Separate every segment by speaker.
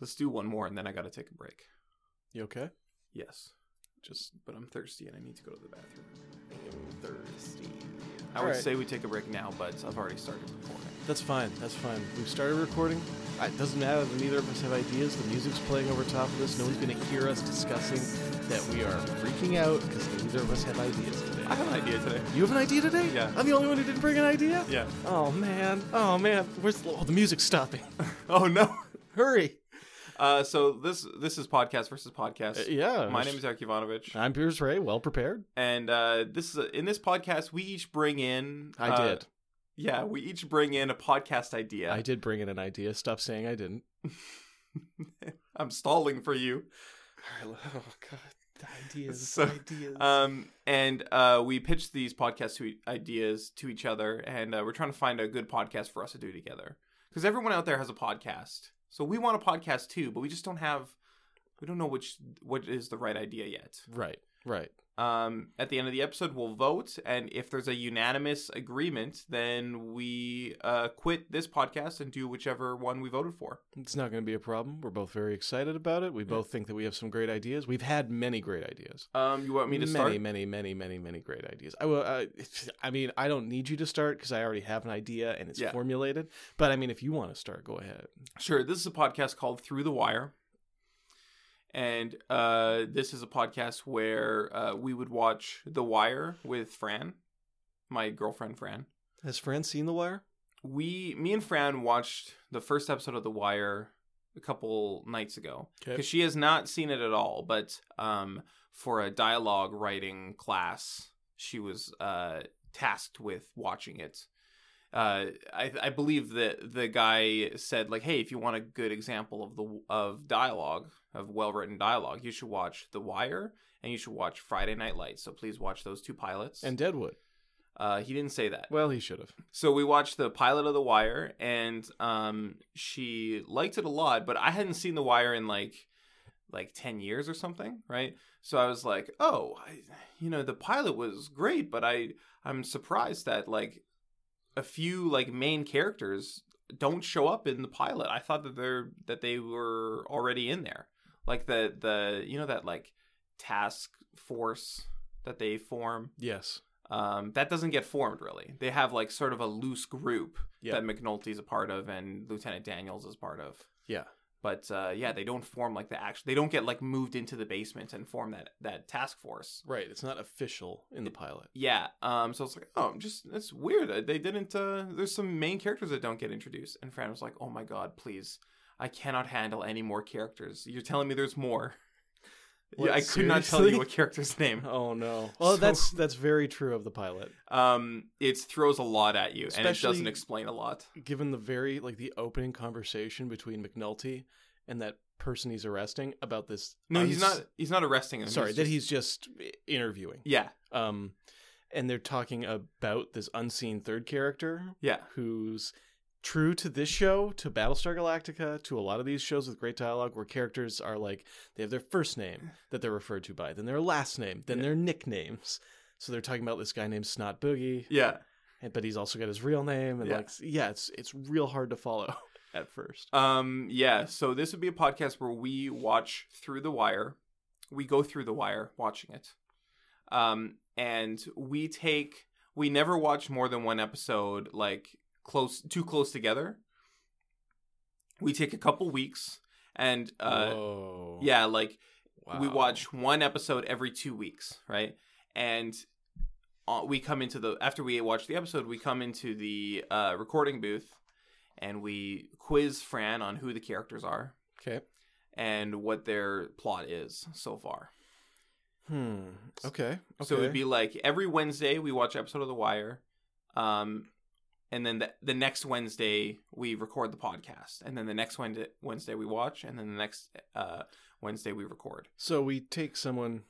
Speaker 1: Let's do one more, and then I got to take a break.
Speaker 2: You okay?
Speaker 1: Yes. Just, but I'm thirsty and I need to go to the bathroom.
Speaker 2: Thirsty.
Speaker 1: I
Speaker 2: All
Speaker 1: would
Speaker 2: right.
Speaker 1: say we take a break now, but I've already started recording.
Speaker 2: That's fine. That's fine. We've started recording. Uh, It doesn't matter that neither of us have ideas. The music's playing over top of this. No one's going to hear us discussing that we are freaking out because neither of us have ideas today.
Speaker 1: I have an idea today.
Speaker 2: You have an idea today?
Speaker 1: Yeah.
Speaker 2: I'm the only one who didn't bring an idea?
Speaker 1: Yeah.
Speaker 2: Oh, man. Oh, man. Where's the, oh, the music's stopping?
Speaker 1: Oh no.
Speaker 2: Hurry.
Speaker 1: Uh, so this this is podcast versus podcast.
Speaker 2: Uh, yeah. Uh.
Speaker 1: My name is Zach Ivanovich,
Speaker 2: I'm Piers Ray. Well prepared.
Speaker 1: and uh, this is a, in this podcast we each bring in.
Speaker 2: I
Speaker 1: uh,
Speaker 2: did.
Speaker 1: Yeah, we each bring in a podcast idea.
Speaker 2: I did bring in an idea. Stop saying I didn't.
Speaker 1: I'm stalling for you.
Speaker 2: Oh, God. Ideas.
Speaker 1: So,
Speaker 2: ideas.
Speaker 1: Um, and uh, we pitch these podcast to e- ideas to each other, and uh, we're trying to find a good podcast for us to do together. Because everyone out there has a podcast, so we want a podcast too, but we just don't have, we don't know which what is the right idea yet.
Speaker 2: right. Right.
Speaker 1: Um, at the end of the episode, we'll vote, and if there's a unanimous agreement, then we uh, quit this podcast and do whichever one we voted for.
Speaker 2: It's not going to be a problem. We're both very excited about it. We both think that we have some great ideas. We've had many great ideas.
Speaker 1: Um, you want me to
Speaker 2: many,
Speaker 1: start?
Speaker 2: many, many, many, many great ideas. I will. Uh, I mean, I don't need you to start because I already have an idea and it's
Speaker 1: Yeah.
Speaker 2: formulated. But I mean, if you want to start, go ahead.
Speaker 1: Sure. This is a podcast called Through the Wire. And uh, this is a podcast where uh, we would watch The Wire with Fran, my girlfriend Fran.
Speaker 2: Has Fran seen The Wire?
Speaker 1: We, me and Fran watched the first episode of The Wire a couple nights ago
Speaker 2: Okay.
Speaker 1: because she has not seen it at all. But um, for a dialogue writing class, she was uh, tasked with watching it. Uh, I, I believe that the guy said like, "Hey, if you want a good example of the of dialogue of well written dialogue, you should watch The Wire and you should watch Friday Night Lights. So please watch those two pilots."
Speaker 2: And Deadwood.
Speaker 1: uh, he didn't say that.
Speaker 2: Well, he should have.
Speaker 1: So we watched the pilot of The Wire, and um, she liked it a lot. But I hadn't seen The Wire in like like ten years or something, right? So I was like, oh, I, you know, the pilot was great, but I I'm surprised that like a few like main characters don't show up in the pilot. I thought that they're that they were already in there, like the the you know that like task force that they form
Speaker 2: Yes.
Speaker 1: um, that doesn't get formed really. They have like sort of a loose group
Speaker 2: Yeah.
Speaker 1: that McNulty's a part of and Lieutenant Daniels is part of.
Speaker 2: Yeah.
Speaker 1: But uh, yeah, they don't form like the actual. They don't get like moved into the basement and form that that task force.
Speaker 2: Right. It's not official in the pilot.
Speaker 1: Yeah. Um. So it's like, oh, I'm just it's weird. Uh, They didn't. Uh, there's some main characters that don't get introduced. And Fran was like, oh my god, please, I cannot handle any more characters. You're telling me there's more.
Speaker 2: What,
Speaker 1: yeah, I could not tell
Speaker 2: seriously?
Speaker 1: you a character's name.
Speaker 2: Oh no. Well,
Speaker 1: So-
Speaker 2: that's that's very true of the pilot.
Speaker 1: Um, it throws a lot at you, and it
Speaker 2: Especially-
Speaker 1: doesn't explain a lot.
Speaker 2: given the very like the opening conversation between McNulty and that person he's arresting about this
Speaker 1: No,
Speaker 2: uns-
Speaker 1: he's not. He's not arresting him.
Speaker 2: sorry that
Speaker 1: just-
Speaker 2: he's just interviewing
Speaker 1: Yeah,
Speaker 2: um and they're talking about this unseen third character
Speaker 1: yeah,
Speaker 2: who's true to this show to Battlestar Galactica to a lot of these shows with great dialogue where characters are like they have their first name that they're referred to by then their last name then
Speaker 1: Yeah.
Speaker 2: their nicknames so they're talking about this guy named Snot Boogie
Speaker 1: yeah.
Speaker 2: and- but he's also got his real name and
Speaker 1: Yeah.
Speaker 2: like yeah it's it's real hard to follow at first
Speaker 1: Um, yeah. So this would be a podcast where we watch through the wire. We go through the wire watching it, um, and we take. We never watch more than one episode, like close, too close together. We take a couple weeks, and uh,
Speaker 2: Whoa.
Speaker 1: yeah, like we
Speaker 2: Wow.
Speaker 1: watch one episode every two weeks right and uh, we come into the after we watch the episode we come into the uh, recording booth and we quiz fran on who the characters are
Speaker 2: Okay.
Speaker 1: and what their plot is so far
Speaker 2: Hmm. Okay.
Speaker 1: so it would be like every wednesday we watch episode of the wire um, and then the, the next wednesday we record the podcast and then the next Wednesday wednesday we watch and then the next uh, wednesday we record
Speaker 2: So we take someone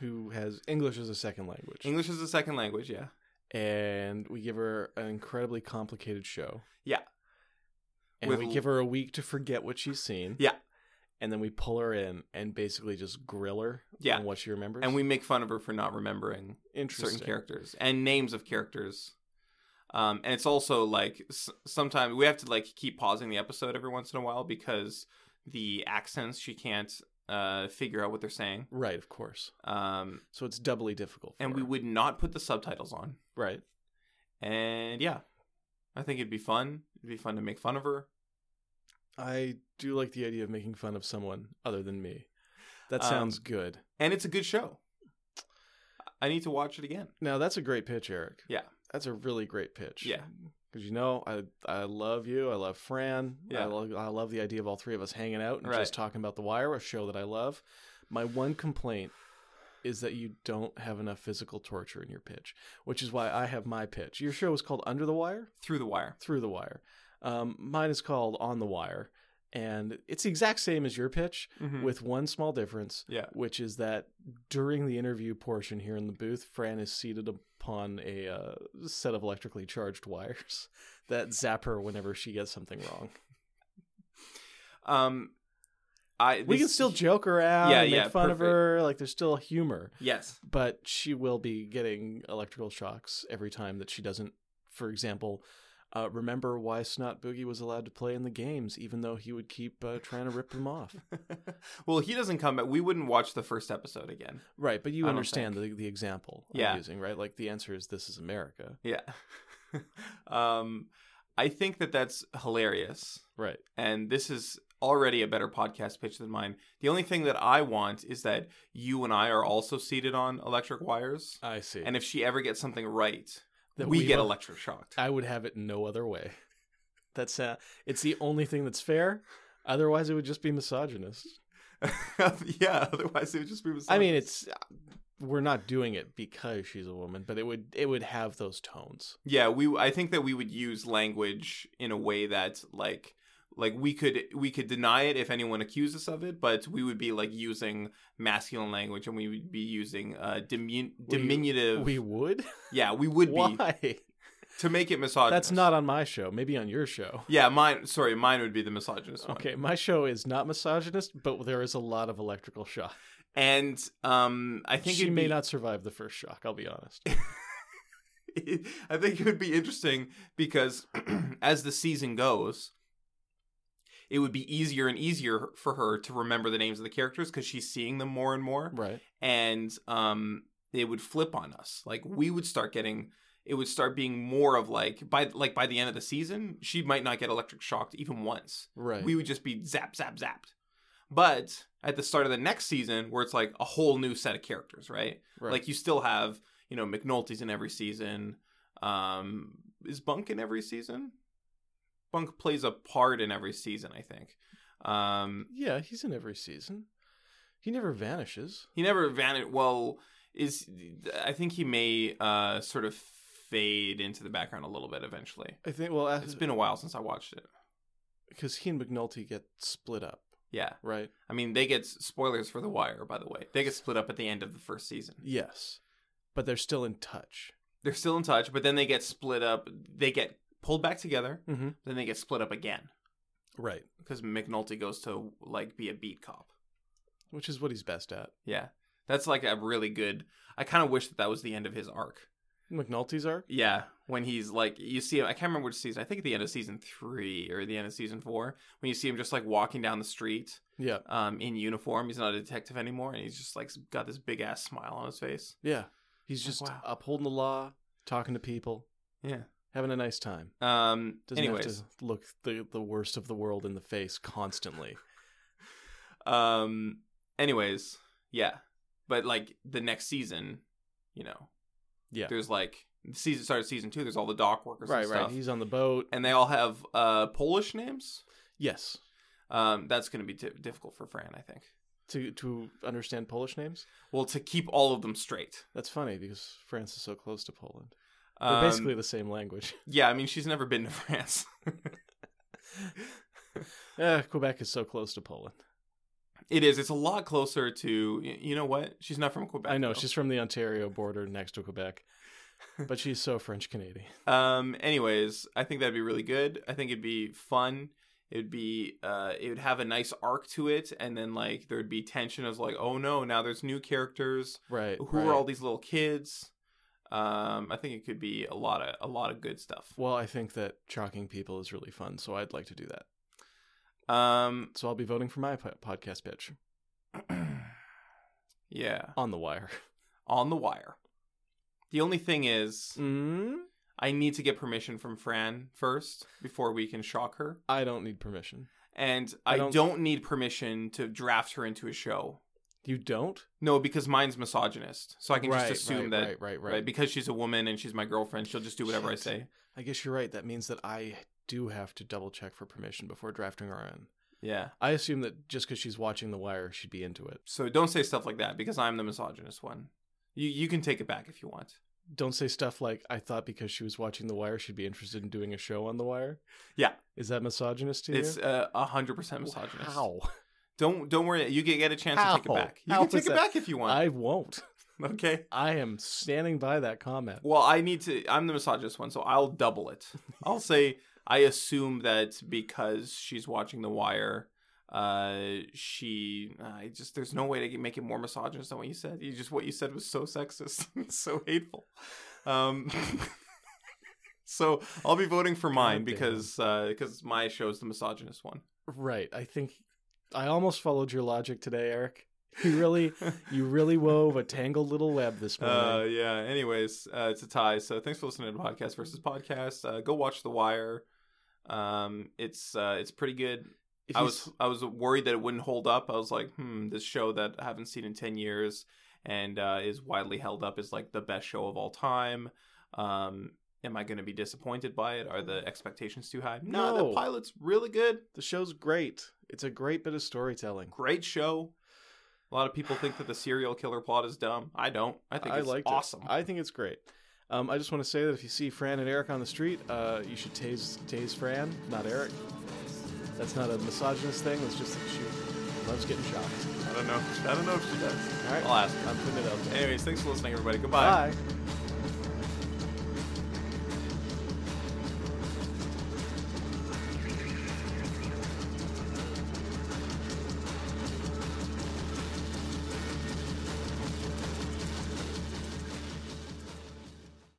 Speaker 2: who has English as a second language,
Speaker 1: english is a second language yeah
Speaker 2: and we give her an incredibly complicated show.
Speaker 1: Yeah.
Speaker 2: And
Speaker 1: With
Speaker 2: we
Speaker 1: l-
Speaker 2: give her a week to forget what she's seen.
Speaker 1: Yeah.
Speaker 2: And then we pull her in and basically just grill her
Speaker 1: Yeah.
Speaker 2: on what she remembers.
Speaker 1: and we make fun of her for not remembering
Speaker 2: interesting
Speaker 1: certain characters and names of characters um, and it's also like s- sometimes we have to like keep pausing the episode every once in a while because the accents. She can't uh, figure out what they're saying.
Speaker 2: Right, of course.
Speaker 1: Um,
Speaker 2: So it's doubly difficult. for
Speaker 1: and we
Speaker 2: her.
Speaker 1: would not put the subtitles on.
Speaker 2: right.
Speaker 1: And yeah, I think it'd be fun. It'd be fun to make fun of her.
Speaker 2: I do like the idea of making fun of someone other than me. That
Speaker 1: Um,
Speaker 2: sounds good.
Speaker 1: And it's a good show. I need to watch it again.
Speaker 2: Now that's a great pitch, Eric.
Speaker 1: Yeah.
Speaker 2: That's a really great pitch.
Speaker 1: Yeah.
Speaker 2: Because you know, I I love you. I love Fran. I
Speaker 1: Yeah.
Speaker 2: love I love the idea of all three of us hanging out and
Speaker 1: Right.
Speaker 2: just talking about The Wire, a show that I love. My one complaint is that you don't have enough physical torture in your pitch, which is why I have my pitch. Your show is called Under the Wire,
Speaker 1: Through the wire.
Speaker 2: Through the Wire. Um, mine is called On the Wire, and it's the exact same as your pitch,
Speaker 1: Mhm.
Speaker 2: with one small difference,
Speaker 1: Yeah.
Speaker 2: which is that during the interview portion here in the booth, Fran is seated upon a uh, set of electrically charged wires that zap her whenever she gets something wrong.
Speaker 1: Um, I
Speaker 2: we can
Speaker 1: this-
Speaker 2: still joke around,
Speaker 1: Yeah,
Speaker 2: and make
Speaker 1: yeah,
Speaker 2: fun of
Speaker 1: perfect.
Speaker 2: her, like there's still humor,
Speaker 1: yes.
Speaker 2: but she will be getting electrical shocks every time that she doesn't, for example. Uh, remember why Snot Boogie was allowed to play in the games, even though he would keep uh, trying to rip them off.
Speaker 1: well, he doesn't come back. We wouldn't watch the first episode again.
Speaker 2: Right, but you
Speaker 1: I don't
Speaker 2: understand the, the example
Speaker 1: Yeah.
Speaker 2: I'm using, right? Like the answer is this is America.
Speaker 1: Yeah. um, I think that that's hilarious.
Speaker 2: Right.
Speaker 1: And this is already a better podcast pitch than mine. The only thing that I want is that you and I are also seated on electric wires.
Speaker 2: I see.
Speaker 1: And if she ever gets something right,
Speaker 2: That
Speaker 1: we,
Speaker 2: we
Speaker 1: get
Speaker 2: both-
Speaker 1: electric shocked.
Speaker 2: I would have it no other way. That's uh, it's the only thing that's fair. Otherwise, it would just be misogynist.
Speaker 1: yeah, otherwise it would just be.
Speaker 2: I mean, it's uh, we're not doing it because she's a woman, but it would it would have those tones.
Speaker 1: yeah, we. I think that we would use language in a way that like like we could we could deny it if anyone accused us of it, but we would be like using masculine language and we would be using uh dimin-
Speaker 2: We-
Speaker 1: diminutive.
Speaker 2: We would.
Speaker 1: yeah, we would be
Speaker 2: Why?
Speaker 1: to make it misogynist.
Speaker 2: That's not on my show. Maybe on your show.
Speaker 1: Yeah, mine. Sorry, mine would be the misogynist one.
Speaker 2: Okay, my show is not misogynist, but there is a lot of electrical shock.
Speaker 1: and um, I think
Speaker 2: She
Speaker 1: it'd
Speaker 2: may
Speaker 1: be-
Speaker 2: not survive the first shock. I'll be honest.
Speaker 1: I think it would be interesting because as the season goes, it would be easier and easier for her to remember the names of the characters because she's seeing them more and more,
Speaker 2: right.
Speaker 1: and um, it would flip on us. Like we would start getting, it would start being more of like by like by the end of the season, she might not get electric shocked even once.
Speaker 2: Right.
Speaker 1: We would just be zap zap zapped. But at the start of the next season, where it's like a whole new set of characters, right?
Speaker 2: right.
Speaker 1: Like you still have, you know, McNulty's in every season. Um, is Bunk in every season? Bunk plays a part in every season, I think. Um,
Speaker 2: Yeah, he's in every season. He never vanishes.
Speaker 1: he never vanished. Well, is I think he may uh, sort of fade into the background a little bit eventually.
Speaker 2: I think. Well,
Speaker 1: It's been a while since I watched it.
Speaker 2: because he and McNulty get split up,
Speaker 1: Yeah,
Speaker 2: right?
Speaker 1: I mean they get spoilers for The Wire, by the way. They get split up at the end of the first season.
Speaker 2: Yes, but they're still in touch.
Speaker 1: They're still in touch, but then they get split up. They get pulled back together.
Speaker 2: Mm-hmm.
Speaker 1: Then they get split up again.
Speaker 2: Right,
Speaker 1: because McNulty goes to like be a beat cop.
Speaker 2: which is what he's best at.
Speaker 1: Yeah, that's like a really good. I kind of wish that that was the end of his arc.
Speaker 2: McNulty's arc.
Speaker 1: Yeah, when he's like, you see him. I can't remember which season. I think at the end of season three or the end of season four, when you see him just like walking down the street,
Speaker 2: Yeah,
Speaker 1: um, in uniform. He's not a detective anymore, and he's just like got this big ass smile on his face.
Speaker 2: yeah. He's just
Speaker 1: Wow.
Speaker 2: upholding the law, talking to people,
Speaker 1: Yeah.
Speaker 2: having a nice time.
Speaker 1: Um.
Speaker 2: Doesn't
Speaker 1: anyways,
Speaker 2: have to look the the worst of the world in the face constantly.
Speaker 1: um. Anyways, yeah. But like the next season, you know,
Speaker 2: Yeah.
Speaker 1: there's like season started season two. There's all the dock workers, and stuff.
Speaker 2: He's on the boat.
Speaker 1: and they all have uh, Polish names.
Speaker 2: Yes.
Speaker 1: Um, that's going to be di- difficult for Fran, I think.
Speaker 2: To to understand Polish names,
Speaker 1: Well, to keep all of them straight.
Speaker 2: that's funny because France is so close to Poland. They're
Speaker 1: Um,
Speaker 2: basically the same language.
Speaker 1: yeah. I mean, she's never been to France.
Speaker 2: Eh, Quebec is so close to Poland.
Speaker 1: it is. It's a lot closer to. y- You know what? She's not from Quebec.
Speaker 2: I know
Speaker 1: though.
Speaker 2: she's from the Ontario border next to Quebec, but she's so French Canadian.
Speaker 1: Um. Anyways, I think that'd be really good. I think it'd be fun. It'd be. Uh. It would have a nice arc to it, and then like there'd be tension of like, oh no, now there's new characters.
Speaker 2: Right.
Speaker 1: Who are all these little kids? Um. I think it could be a lot of a lot of good stuff.
Speaker 2: Well, I think that shocking people is really fun, so I'd like to do that.
Speaker 1: Um,
Speaker 2: So I'll be voting for my po- podcast pitch
Speaker 1: yeah,
Speaker 2: on the wire.
Speaker 1: on the wire. The only thing is,
Speaker 2: Mm?
Speaker 1: I need to get permission from Fran first before we can shock her,
Speaker 2: I don't need permission.
Speaker 1: and
Speaker 2: I
Speaker 1: I
Speaker 2: don't-
Speaker 1: don't, need permission to draft her into a show.
Speaker 2: You don't?
Speaker 1: No, because mine's misogynist, so I can
Speaker 2: Right,
Speaker 1: just assume
Speaker 2: right,
Speaker 1: that
Speaker 2: right, right, right.
Speaker 1: right. because she's a woman and she's my girlfriend, she'll just do whatever I
Speaker 2: Shit.
Speaker 1: say.
Speaker 2: I guess you're right. That means that I do have to double check for permission before drafting her in.
Speaker 1: Yeah.
Speaker 2: I assume that just because she's watching The Wire, she'd be into it.
Speaker 1: So don't say stuff like that because I'm the misogynist one. You you can take it back if you want.
Speaker 2: Don't say stuff like "I thought because she was watching The Wire, she'd be interested in doing a show on The Wire."
Speaker 1: Yeah.
Speaker 2: is that misogynist to you?
Speaker 1: It's uh, a hundred percent misogynist.
Speaker 2: How?
Speaker 1: Don't don't worry. You get get a chance to take
Speaker 2: How?
Speaker 1: it back. You
Speaker 2: How
Speaker 1: can take
Speaker 2: is
Speaker 1: it
Speaker 2: that-
Speaker 1: back if you want.
Speaker 2: I won't.
Speaker 1: Okay.
Speaker 2: I am standing by that comment.
Speaker 1: Well, I need to. I'm the misogynist one, so I'll double it. I'll say I assume that because she's watching The Wire, uh, she. I just there's no way to make it more misogynist than what you said. You just what you said was so sexist, and so hateful. Um, so I'll be voting for mine
Speaker 2: God damn.
Speaker 1: because because my show's the misogynist one.
Speaker 2: Right. I think I almost followed your logic today, Eric. You really, you really wove a tangled little web this morning.
Speaker 1: Uh, yeah. Anyways, uh, it's a tie. So thanks for listening to podcast versus podcast. Uh, go watch The Wire. Um, it's uh, it's pretty good.
Speaker 2: If
Speaker 1: I
Speaker 2: you
Speaker 1: was I was worried that it wouldn't hold up. I was like, hmm, this show that I haven't seen in ten years and uh, is widely held up is like the best show of all time. Um, am I going to be disappointed by it? Are the expectations too high? No,
Speaker 2: No.
Speaker 1: the pilot's really good.
Speaker 2: The show's great. It's a great bit of storytelling.
Speaker 1: Great show. A lot of people think that the serial killer plot is dumb. I don't. I think it's
Speaker 2: liked it.
Speaker 1: awesome.
Speaker 2: I think it's great. Um, I just want to say that if you see Fran and Eric on the street, uh, you should tase tase Fran, not Eric. That's not a misogynist thing. It's just that she loves getting shot.
Speaker 1: I don't know. I don't know if she does.
Speaker 2: All right,
Speaker 1: I'll ask her.
Speaker 2: I'm putting it up.
Speaker 1: Anyways, thanks for listening, everybody. Goodbye.
Speaker 2: Bye.